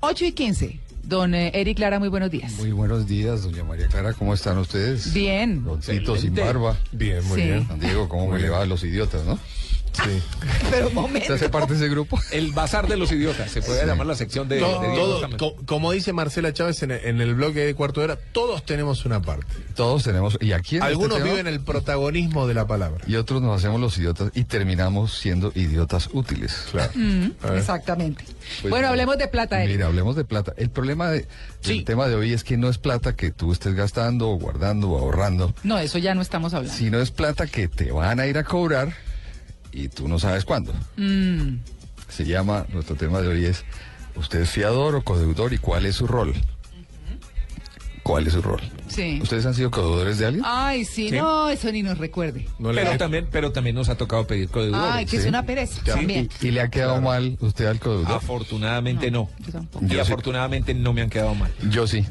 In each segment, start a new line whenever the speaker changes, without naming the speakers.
8 y 15. Don eh, Eric Lara, muy buenos días.
Muy buenos días, doña María Clara, ¿cómo están ustedes?
Bien.
Roncito sin barba.
Bien, muy
Sí.
bien.
Don Diego, ¿cómo me le va a los idiotas, no?
Sí.
Pero un momento.
¿Usted hace parte de ese grupo?
El bazar de los idiotas, se puede llamar la sección de,
Todo-
de Diego
todo-
Bustamante.
co- como dice Marcela Chávez en el, en el bloque de cuarto de hora, todos tenemos una parte.
Todos tenemos, y aquí en este
Algunos
tema,
viven el protagonismo de la palabra.
y otros nos hacemos los idiotas y terminamos siendo idiotas útiles.
Claro.
Mm, Exactamente.
Pues,
bueno, hablemos de plata, Eric.
Mira, hablemos de plata. El problema de,
Sí.
del tema de hoy es que no es plata que tú estés gastando, o guardando o ahorrando,
No, eso ya no estamos hablando.
sino es plata que te van a ir a cobrar y tú no sabes cuándo.
Mm,
Se llama, nuestro tema de hoy es, ¿usted es fiador o codeudor y cuál es su rol? ¿Cuál es su rol?
sí. Ah,
¿Ustedes han sido codeudores de alguien?
Ay, sí,
Sí.
no, eso ni nos recuerde.
No le-
pero, también, pero también nos ha tocado pedir codeudores.
Ay, que es
sí.
una pereza.
Ya,
También.
Y, y le ha quedado mal usted al
Ah,
codeudor?
Afortunadamente
No,
no.
yo tampoco.
Y
Yo sí.
afortunadamente no me han quedado mal.
Yo sí.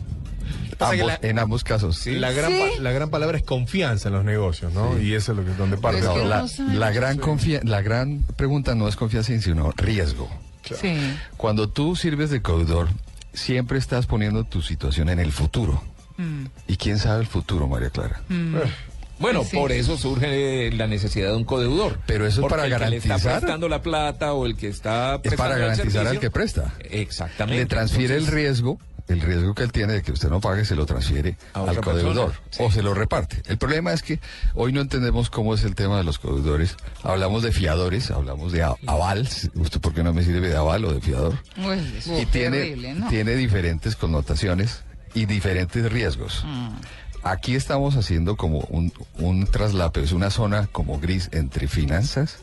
Pasa que
Ambos-
la-
En ambos casos.
La, gran
Sí.
pa- la gran palabra es confianza en los negocios, ¿no? Y eso es lo que donde parte
Pues que
No,
todo.
uno
la,
no sabe.
la gran confia- la gran pregunta no es confianza, sino riesgo.
Sí.
Cuando tú sirves de codeudor, siempre estás poniendo tu situación en el futuro.
Mm,
¿Y quién sabe el futuro, María Clara?
Bueno,
Sí.
por eso surge la necesidad de un codeudor.
Pero eso es
Porque
para
el Que le
garantizar-
está prestando la plata o el que
Es
está
para
prestando el
garantizar al
servicio.
que presta.
Exactamente.
Le transfiere el
Entonces,
riesgo, el riesgo que él tiene de que usted no pague, se lo transfiere
A
al
otra
codeudor
persona, sí.
o se lo reparte. El problema es que hoy no entendemos cómo es el tema de los codeudores. Hablamos de fiadores, hablamos de a- aval. ¿Usted por qué no me sirve de aval o de fiador?
Uy, eso
y
es
tiene,
terrible, ¿no?
tiene diferentes connotaciones y diferentes riesgos.
Mm.
Aquí estamos haciendo como un, un traslape, es una zona como gris entre finanzas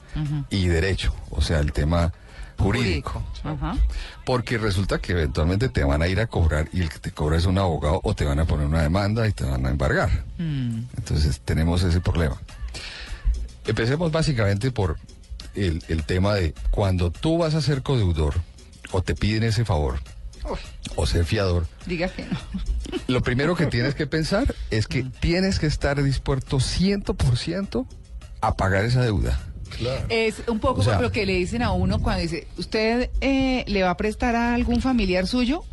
y derecho, o sea, el tema jurídico.
Ajá.
Porque resulta que eventualmente te van a ir a cobrar y el que te cobra es un abogado o te van a poner una demanda y te van a embargar.
Mm,
Entonces tenemos ese problema. Empecemos básicamente por el, el tema de cuando tú vas a ser codeudor o te piden ese favor o ser fiador,
diga que no.
lo primero que tienes que pensar es que tienes que estar dispuesto 100% a pagar esa deuda.
Es un poco
O sea-
lo que le dicen a uno cuando dice, usted eh, le va a prestar a algún familiar suyo,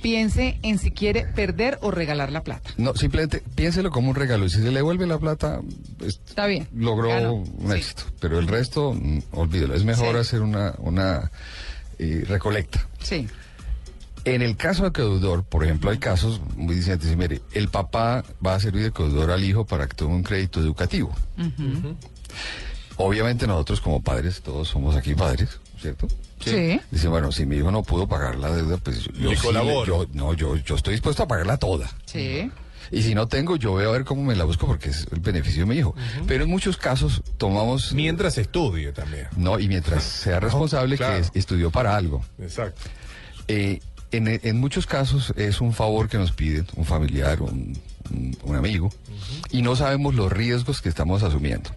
piense en si quiere perder o regalar la plata.
No, simplemente piénselo como un regalo y si se le vuelve la plata, pues, es-
Está bien.
logró
Ganó,
un
sí.
éxito. Pero el resto, mm, olvídalo. Es mejor
Sí.
hacer una, una eh, recolecta.
Sí.
En el caso de codeudor, por ejemplo, hay casos muy disidentes. Y Mire, el papá va a servir de codeudor al hijo para que tome un crédito educativo. Obviamente nosotros como padres, todos somos aquí padres, ¿cierto?
Sí. Sí.
Dice, bueno, si mi hijo no pudo pagar la deuda, pues yo,
Le
sí
colaboro.
yo- no, yo, yo estoy dispuesto a pagarla toda.
Sí.
Y si no tengo, yo veo a ver cómo me la busco porque es el beneficio de mi hijo. Pero en muchos casos tomamos...
Mientras estudie también.
No, y mientras sea responsable
claro.
que es- estudió para algo.
Exacto.
Eh, en, en muchos casos es un favor que nos piden un familiar, un, un- un amigo, y no sabemos los riesgos que estamos asumiendo.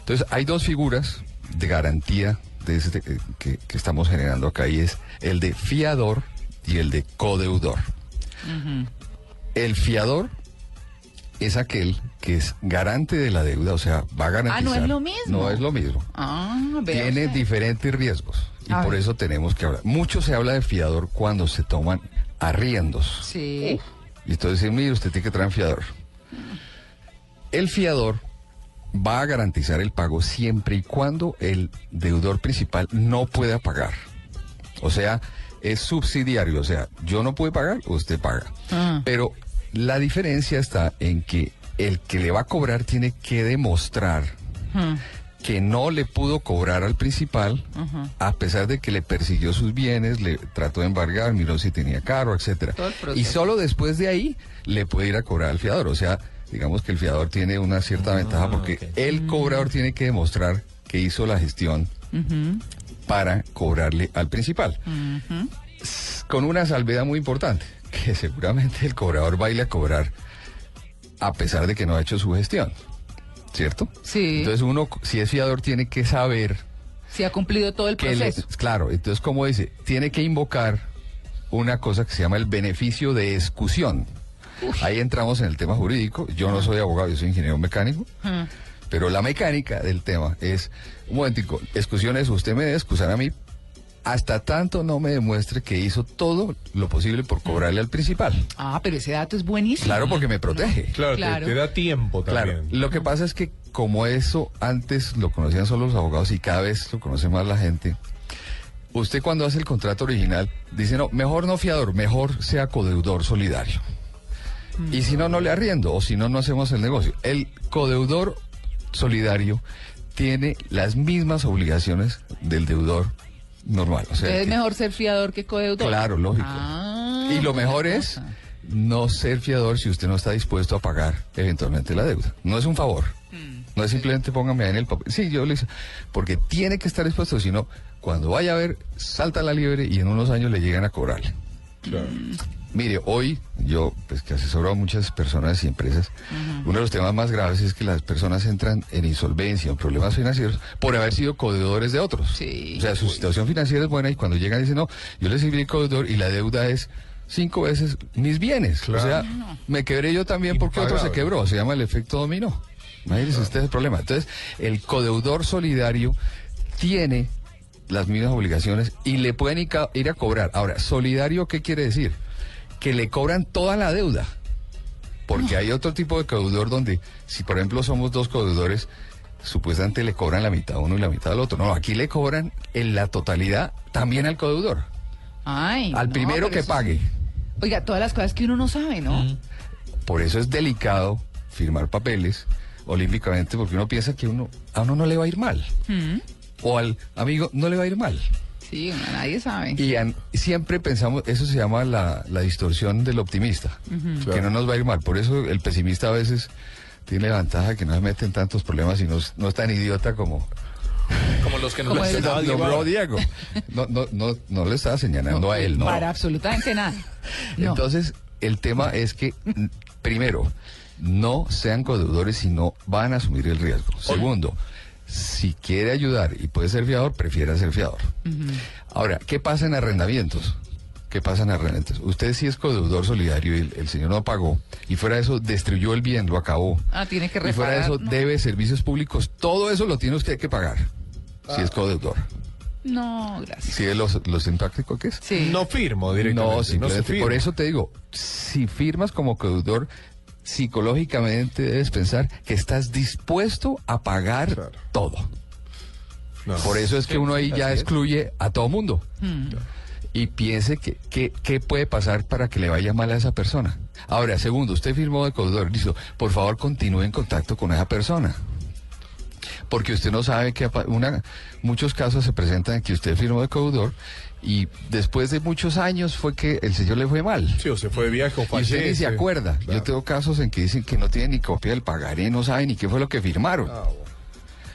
Entonces, hay dos figuras de garantía de ese- eh, que, que estamos generando acá, y es el de fiador y el de codeudor. El fiador es aquel que es garante de la deuda, o sea, va a garantizar.
lo mismo.
No es lo mismo
Ah, vea
tiene
usted.
diferentes riesgos y
A
por
ver.
eso tenemos que hablar. Mucho se habla de fiador cuando se toman arriendos.
Sí.
Y entonces dicen, mire, usted tiene que traer un fiador. El fiador va a garantizar el pago siempre y cuando el deudor principal no pueda pagar. O sea, es subsidiario, o sea, yo no pude pagar, usted paga.
Ah.
Pero la diferencia está en que el que le va a cobrar tiene que demostrar
Mm.
que no le pudo cobrar al principal, a pesar de que le persiguió sus bienes, le trató de embargar, miró si tenía carro, etcétera.
Todo el proceso.
Y solo después de ahí le puede ir a cobrar al fiador. O sea, digamos que el fiador tiene una cierta ventaja porque
ok.
Mm.
el cobrador tiene que demostrar que hizo la gestión para cobrarle al principal. S- Con una salvedad muy importante, que seguramente el cobrador va a ir a cobrar a pesar de que no ha hecho su gestión. ¿Cierto?
Sí.
Entonces uno, si es fiador, tiene que saber
Si ha cumplido todo el
que le-
proceso.
claro, entonces como dice, tiene que invocar una cosa que se llama el beneficio de excusión. Ahí entramos en el tema jurídico. Yo no soy abogado, yo soy ingeniero mecánico.
Ah.
Pero la mecánica del tema es, un momentico, excusión es usted me debe excusar a mí hasta tanto no me demuestre que hizo todo lo posible por cobrarle al principal.
Ah, pero ese dato es buenísimo.
Claro, porque me protege.
Claro, te-
Claro.
Te, da tiempo
Claro,
también.
lo que pasa es que como eso antes lo conocían solo los abogados y cada vez lo conoce más la gente, usted cuando hace el contrato original dice, no, mejor no fiador, mejor sea codeudor solidario.
Mm.
Y si no, no le arriendo, o si no, no hacemos el negocio. El codeudor solidario tiene las mismas obligaciones del deudor normal. O sea,
Entonces es
que-
mejor ser fiador que codeudor.
Claro, lógico.
Ah,
y lo
buena
mejor es
cosa.
no ser fiador si usted no está dispuesto a pagar eventualmente la deuda. No es un favor. No es simplemente póngame ahí en el papel. Sí, yo le hice. Porque tiene que estar dispuesto, si no, cuando vaya a ver, salta la liebre y en unos años le llegan a cobrarle. Mire, hoy yo, pues que asesoro a muchas personas y empresas, uno de los temas más graves es que las personas entran en insolvencia, en problemas financieros, por haber sido codeudores de otros.
Sí.
O sea, su situación financiera es buena y cuando llegan dicen, no, yo les sirví el codeudor y la deuda es cinco veces mis bienes. O sea, me quebré yo también porque otro se
Impagable.
quebró. Se llama el efecto dominó. Imagínense ustedes el problema. Entonces, el codeudor solidario tiene las mismas obligaciones y le pueden ir ca- ir a cobrar. Ahora, solidario, ¿qué quiere decir? Que le cobran toda la deuda. Porque hay otro tipo de codeudor donde, si por ejemplo somos dos codeudores, supuestamente le cobran la mitad a uno y la mitad al otro. No, aquí le cobran en la totalidad también al codeudor.
Ay,
al
no,
primero
pero
que
eso-
pague.
Oiga, todas las cosas que uno no sabe, ¿no?
Por eso es delicado firmar papeles olímpicamente, porque uno piensa que uno, a uno no le va a ir mal.
Mm,
O al amigo no le va a ir mal.
Sí, uno- nadie sabe.
Y an- siempre pensamos, eso se llama la, la distorsión del optimista, que no nos va a ir mal. Por eso el pesimista a veces tiene la ventaja de que no se mete en tantos problemas y no, es- no es tan idiota como
Como los que nos
Como el-
mencionaba Diego
nombró
ahora.
Diego. No, no, no, no le estaba señalando a él, ¿no?
Para absolutamente nada. No.
Entonces, el tema es que, n- primero, no sean codeudores si no van a asumir el riesgo. Segundo, si quiere ayudar y puede ser fiador, prefiera ser fiador. Ahora, ¿qué pasa en arrendamientos? ¿Qué pasa en arrendamientos? Usted sí es codeudor solidario y el, el señor no pagó, y fuera de eso destruyó el bien, lo acabó.
Ah, tiene que
Y fuera de
reparar,
eso
¿no?
debe servicios públicos, todo eso lo tiene usted que pagar, si es codeudor.
No, gracias.
Si es lo, lo simpático que es.
Sí.
No firmo directamente.
No,
se
simplemente.
firma.
por eso te digo, si firmas como codeudor, psicológicamente debes pensar que estás dispuesto a pagar
Claro.
todo.
No.
Por eso es que uno ahí ya
así es.
excluye a todo mundo. Y piense que, que- qué puede pasar para que le vaya mal a esa persona. Ahora, segundo, usted firmó de codeudor, listo. Por favor, continúe en contacto con esa persona. Porque usted no sabe que apa- una, muchos casos se presentan en que usted firmó de codeudor y después de muchos años fue que el señor le fue mal.
Sí, o se fue de viaje o
Y
fallece.
usted ni se acuerda.
Claro.
Yo tengo casos en que dicen que no tienen ni copia del pagaré, no saben ni qué fue lo que firmaron.
Ah, bueno.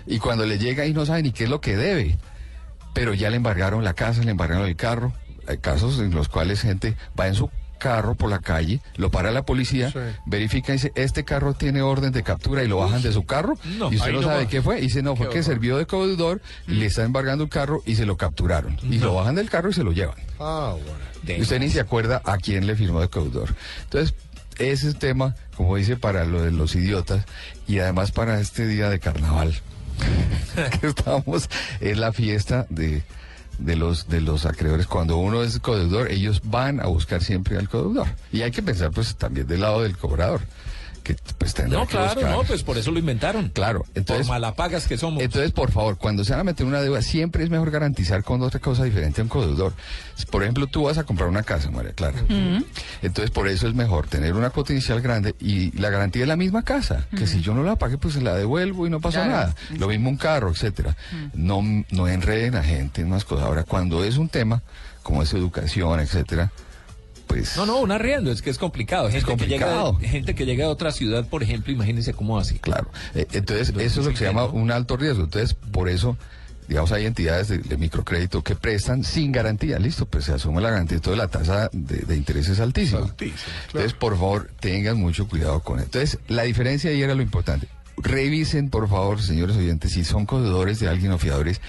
Y cuando le llega y no sabe ni qué es lo que debe. Pero ya le embargaron la casa, le embargaron el carro. Hay casos en los cuales gente va en su carro por la calle, lo para la policía,
Sí.
verifica y dice, este carro tiene orden de captura y lo bajan de su carro.
no,
y usted
ahí
no
no
sabe
va.
qué fue. Y dice, no, fue
Qué
que
horror. Mm.
sirvió de codeudor, le está embargando el carro y se lo capturaron. Y lo bajan del carro y se lo llevan.
Ah, bueno.
Y Usted ni se acuerda a quién le firmó de codeudor. Entonces, ese es tema, como dice, para lo de los idiotas y además para este día de carnaval que estamos, es la fiesta de, de, los, de los acreedores. Cuando uno es codeudor, ellos van a buscar siempre al codeudor. Y hay que pensar, pues, también del lado del cobrador, que pues tendrá
No,
que
claro,
buscar.
no, pues por eso lo inventaron.
Claro, entonces-
Por malapagas que somos.
Entonces, por favor, cuando se van a meter una deuda, siempre es mejor garantizar con otra cosa diferente a un codeudor. Si, Por ejemplo, tú vas a comprar una casa, María Clara. Entonces, por eso es mejor tener una cuota inicial grande y la garantía de la misma casa, que si yo no la pague, pues se la devuelvo y no pasa
Claro.
nada. Lo mismo un carro, etcétera. No, no enreden a gente en unas cosas. Ahora, cuando es un tema como es educación, etcétera, pues...
No, no, un arriendo, es que es complicado. Gente,
complicado.
Que llega de, gente que llega de otra ciudad, por ejemplo, imagínense cómo así.
Claro. Eh, entonces, eso es lo que se
dicen
llama
que
un alto riesgo. Entonces, por eso, digamos, hay entidades de, de microcrédito que prestan sin garantía. Listo, pues se asume la garantía. Entonces, la tasa de, de interés es altísima.
Altísima, claro.
Entonces, por favor, tengan mucho cuidado con esto. Entonces, la diferencia ahí era lo importante. Revisen, por favor, señores oyentes, si son corredores de alguien o fiadores,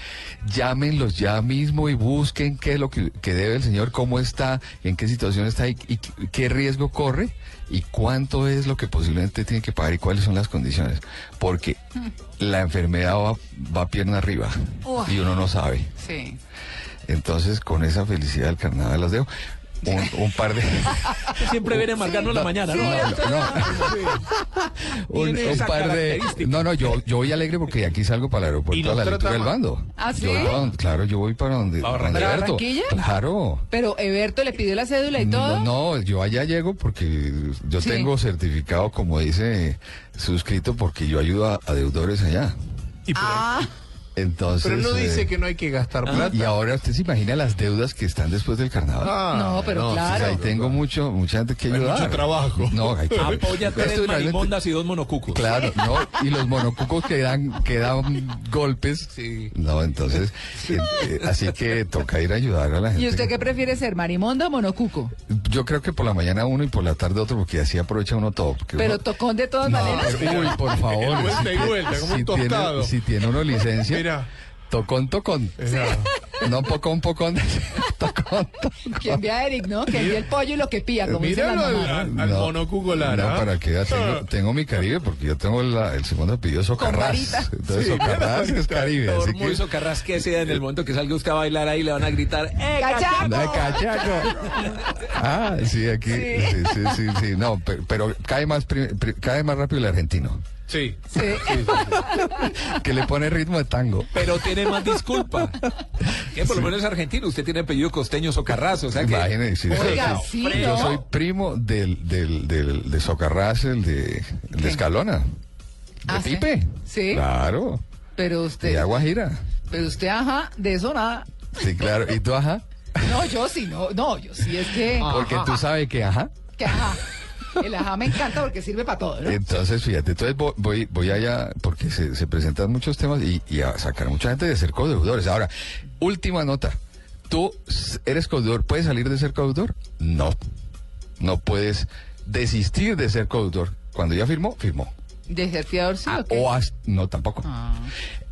llámenlos ya mismo y busquen qué es lo que, que debe el señor, cómo está, en qué situación está y, y qué- qué riesgo corre y cuánto es lo que posiblemente tiene que pagar y cuáles son las condiciones. Porque la enfermedad va, va pierna arriba
Uah.
y uno no sabe.
Sí.
Entonces, con esa felicidad del carnaval las dejo. Un, un par de...
Siempre viene marcando la mañana, ¿no?
un- un
Tiene esa
par de...
característica.
No, no, yo, yo voy alegre porque de aquí salgo para el
Y
aeropuerto
nos
a la
trata
altura del
mal.
bando.
¿Ah, sí?
Yo voy para donde- claro, yo voy para donde...
¿Para
donde Alberto.
Barranquilla?
Claro.
Pero Eberto le pidió la cédula y todo.
No, no, yo allá llego porque yo
Sí.
tengo certificado, como dice, suscrito porque yo ayudo a, a deudores allá.
Y pero,
Ah.
Entonces...
pero no
eh, Ah,
dice que no hay que gastar plata.
Y ahora usted se imagina las deudas que están después del carnaval.
Ah,
No, pero
sí,
Entonces,
claro.
ahí tengo mucho, mucha gente que
Hay
ayudar.
mucho trabajo.
No, hay que...
Apoya
Esto
tres
realmente-
marimondas y dos monocucos.
Claro, no, y los monocucos que dan, que dan golpes.
Sí.
No, entonces, eh, eh, así que toca ir a ayudar a la gente.
¿Y usted qué prefiere ser, marimonda o monocuco?
Yo creo que por la mañana uno y por la tarde otro, porque así aprovecha uno todo. porque
Pero
uno-
tocón de todas
No,
maneras.
pero- uy, por favor.
Vuelta y
si-
vuelta, como un
si tiene-
tostado.
si tiene uno licencia,
Mira. Eh.
tocón, tocón.
pues,
Exacto.
No pocón, pocón, tocón, tocón.
Quien ve a Eric, ¿no? Que envía el pollo y lo que pía, como dice la
Míralo al,
mamá.
al, al
No,
monocuco Ah. Lara.
No, para que vea, tengo, tengo mi Caribe, porque yo tengo la- el segundo apellido Socarrás.
varita.
Entonces Socarrás es Caribe, así que...
Tormoso Carrasquese en el momento que salga usted a bailar ahí le van a gritar ¡Eh,
¡Cachaco!
La cachaco. Ah, sí, aquí. Sí, sí, sí, sí. No, pe- pero, cae, más pri- pri- cae más rápido el argentino,
Sí.
Sí.
que le pone ritmo de tango.
Pero tiene más disculpa. Que por lo menos es argentino. Usted tiene apellido costeño socarrazo. O sea que.
Imagínense.
Oiga,
sí,
sí,
sí.
¿no?
Yo soy primo del, del, del, de Socarrás, el de, el de Escalona. De
Ah, sí.
Pipe.
Sí.
Claro.
Pero
De
usted,
Aguajira.
pero usted, ajá, de eso nada.
Sí, claro. ¿Y tú, ajá?
No, yo sí, no, no, yo sí es que,
Porque tú sabes que, ajá.
que ajá. El ajá me encanta porque sirve para todo, ¿no?
Eh, Entonces, fíjate, entonces vo- voy, voy allá porque se, se presentan muchos temas y, y a sacar mucha gente de ser codeudores. Ahora, última nota. ¿Tú s- eres codeudor? ¿Puedes salir de ser codeudor? No. No puedes desistir de ser codeudor. Cuando ya firmó, firmó.
De ser fiador sí, ¿o qué?
ah, O as- no, tampoco.
Ah.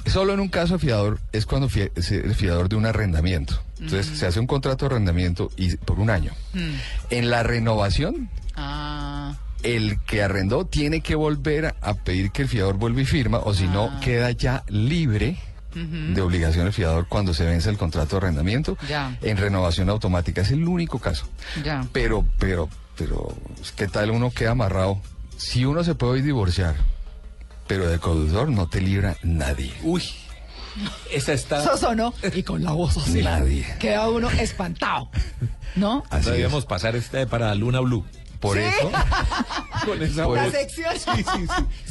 Solo en un caso de fiador es cuando fie- es el fiador de un arrendamiento. Entonces se hace un contrato de arrendamiento y, por un año.
Mm.
En la renovación,
Ah.
el que arrendó tiene que volver a- a pedir que el fiador vuelva y firma, o si no, queda ya libre de obligación el fiador cuando se vence el contrato de arrendamiento
Ya.
en renovación automática. Es el único caso.
Ya.
Pero, pero, pero, pues, ¿qué tal uno queda amarrado? Si uno se puede hoy divorciar, pero de codeudor no te libra nadie.
Uy. Esa está.
Eso sonó y con la voz así.
Nadie.
Queda uno espantado, ¿no?
Así
No
es.
debíamos pasar esta para Luna Blue.
Por eso.
Con esa
Por
La
eso-
sección.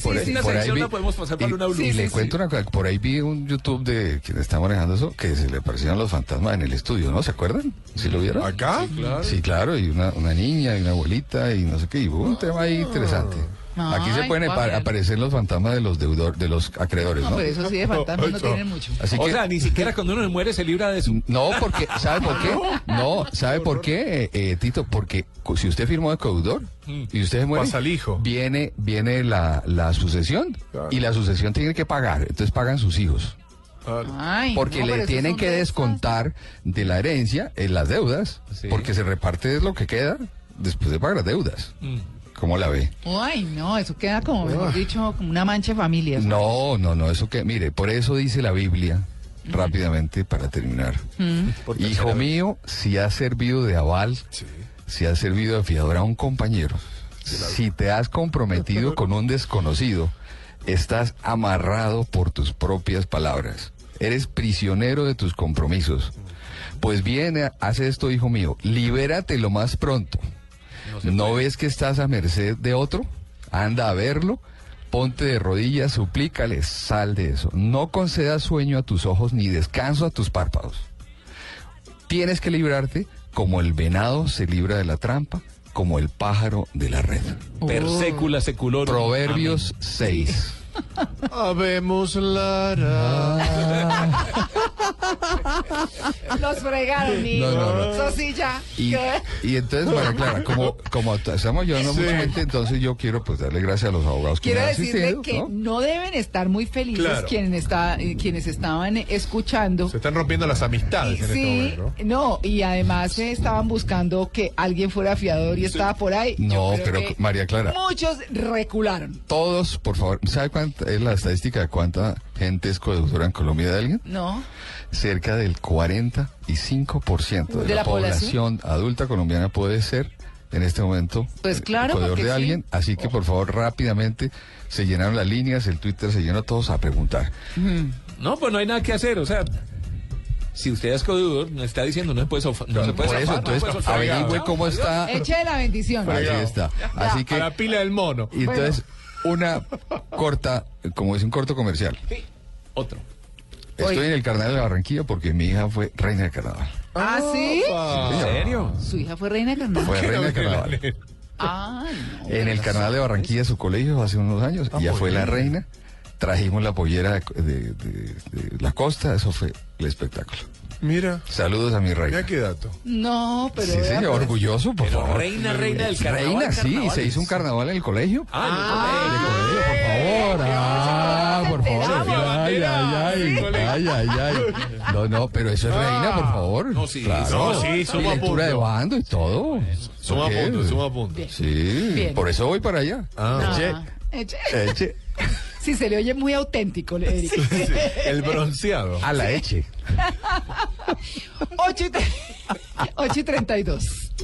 por
Sí,
ahí-
sí, una
por ahí
sección
vi-
la podemos pasar para
y-
Luna Blue.
y
Sí,
le
sí,
cuento una cosa, por ahí vi un YouTube de quien está manejando eso, que se le aparecieron los fantasmas en el estudio, ¿no? ¿Se acuerdan? ¿Sí lo vieron?
¿Acá?
Sí, claro, y una, una niña, y una abuelita, y no sé qué, y hubo un tema ahí interesante.
Ah.
Aquí se
Ay,
pueden
va
apa-
bien.
aparecer los fantasmas de los deudor, de los acreedores,
No,
¿no?
pero eso sí de fantasmas no
Eso.
tienen mucho.
Así
o
que-
sea, ni siquiera cuando uno se muere se libra de su.
No, porque, ¿sabe por qué? No, ¿sabe por qué, eh, eh, Tito? Porque cu- si usted firmó de codeudor
Mm.
y usted se muere,
Pasa el hijo.
viene, viene la, la sucesión
Claro.
y la sucesión tiene que pagar, entonces pagan sus hijos.
Ah,
Ay,
Porque
no, pero
le
esos
tienen
son
que
de esas.
descontar de la herencia en las deudas,
Sí.
porque se reparte lo que queda después de pagar las deudas.
Mm.
¿Cómo la ve?
Ay, no, eso queda como, mejor dicho, como una mancha de familia. eso.
No, no, no, eso que, mire, por eso dice la Biblia, rápidamente para terminar.
Mm.
Por tercera
Hijo
vez.
mío, si has servido de aval, si has servido de fiador a un compañero, si te has comprometido con un desconocido, estás amarrado por tus propias palabras. Eres prisionero de tus compromisos. Pues bien, eh, haz esto, hijo mío, libérate lo más pronto. ¿No ves que estás a merced de otro? Anda a verlo, ponte de rodillas, suplícale, sal de eso. No concedas sueño a tus ojos ni descanso a tus párpados. Tienes que librarte como el venado se libra de la trampa, como el pájaro de la red.
Per secula seculorum.
Proverbios 6.
Habemos
Ah.
Lara.
Los fregaron, ni.
No, no, no.
Eso sí ya.
Y,
¿Qué?
y entonces, María Clara, como, como t- estamos llevando
Sí.
mucha gente, entonces yo quiero pues darle gracias a los abogados que
Quiero
me han
decirle
asistido,
que ¿no?
¿no?
deben estar muy felices
Claro.
quienes, está, eh, quienes estaban eh, escuchando.
Se están rompiendo las amistades en este
Sí,
momento.
no, y además eh, estaban buscando que alguien fuera fiador y estaba por ahí.
No,
Yo creo
pero
que
María Clara,
Muchos recularon.
todos, por favor, ¿sabe cuánta es la estadística de cuánta gente es codeudora en Colombia de alguien,
No.
cerca del 45% de,
¿De
la,
la
población? adulta colombiana puede ser en este momento
Pues
eh,
claro,
codeudor
porque
de
sí.
alguien. Así que por favor rápidamente se llenaron las líneas, el Twitter se llenó todos a preguntar.
No, pues no hay nada que hacer, o sea. Si usted es codudor, no está diciendo, no, se puede sofa- no se puede
por eso,
zafar, no se
entonces,
puede zafar.
averigüe
Chao,
cómo
adiós.
está.
Eche la bendición.
Ahí está. Así que
A la pila del mono.
Y entonces, una corta, como es un corto comercial.
Sí, Otro.
Estoy
Oye.
en el carnaval de Barranquilla porque mi hija fue reina del carnaval.
¿Ah, sí?
¿En
Opa.
serio?
Su hija fue reina de carnaval.
Fue reina del carnaval.
Ah, no.
En el carnaval de Barranquilla, su colegio, hace unos años,
Ah,
ella
muy
fue la
bien.
reina. Trajimos la pollera de, de- de- de la costa, eso fue el espectáculo.
Mira,
Saludos a mi reina.
mira qué dato.
No, pero.
Sí,
vea,
señor,
pues,
orgulloso, por
Pero
favor.
reina, reina del carnaval.
Reina, sí,
carnavales.
se hizo un carnaval en el colegio.
Ah,
Por favor, ah, por favor. Ay, ay, ay, ay, ay, ay. No, no, pero eso es reina, por favor.
No, sí,
claro.
Ah. no, sí, suma
Y lectura
punto.
de bando y todo.
Suma
¿Por qué?
punto, suma punto.
Sí,
Bien.
por eso voy para allá.
Ah.
ah, eche.
Eche.
Sí, se le oye muy auténtico, le Eric.
El bronceado.
A la eche.
8 y, tre- ocho y 32.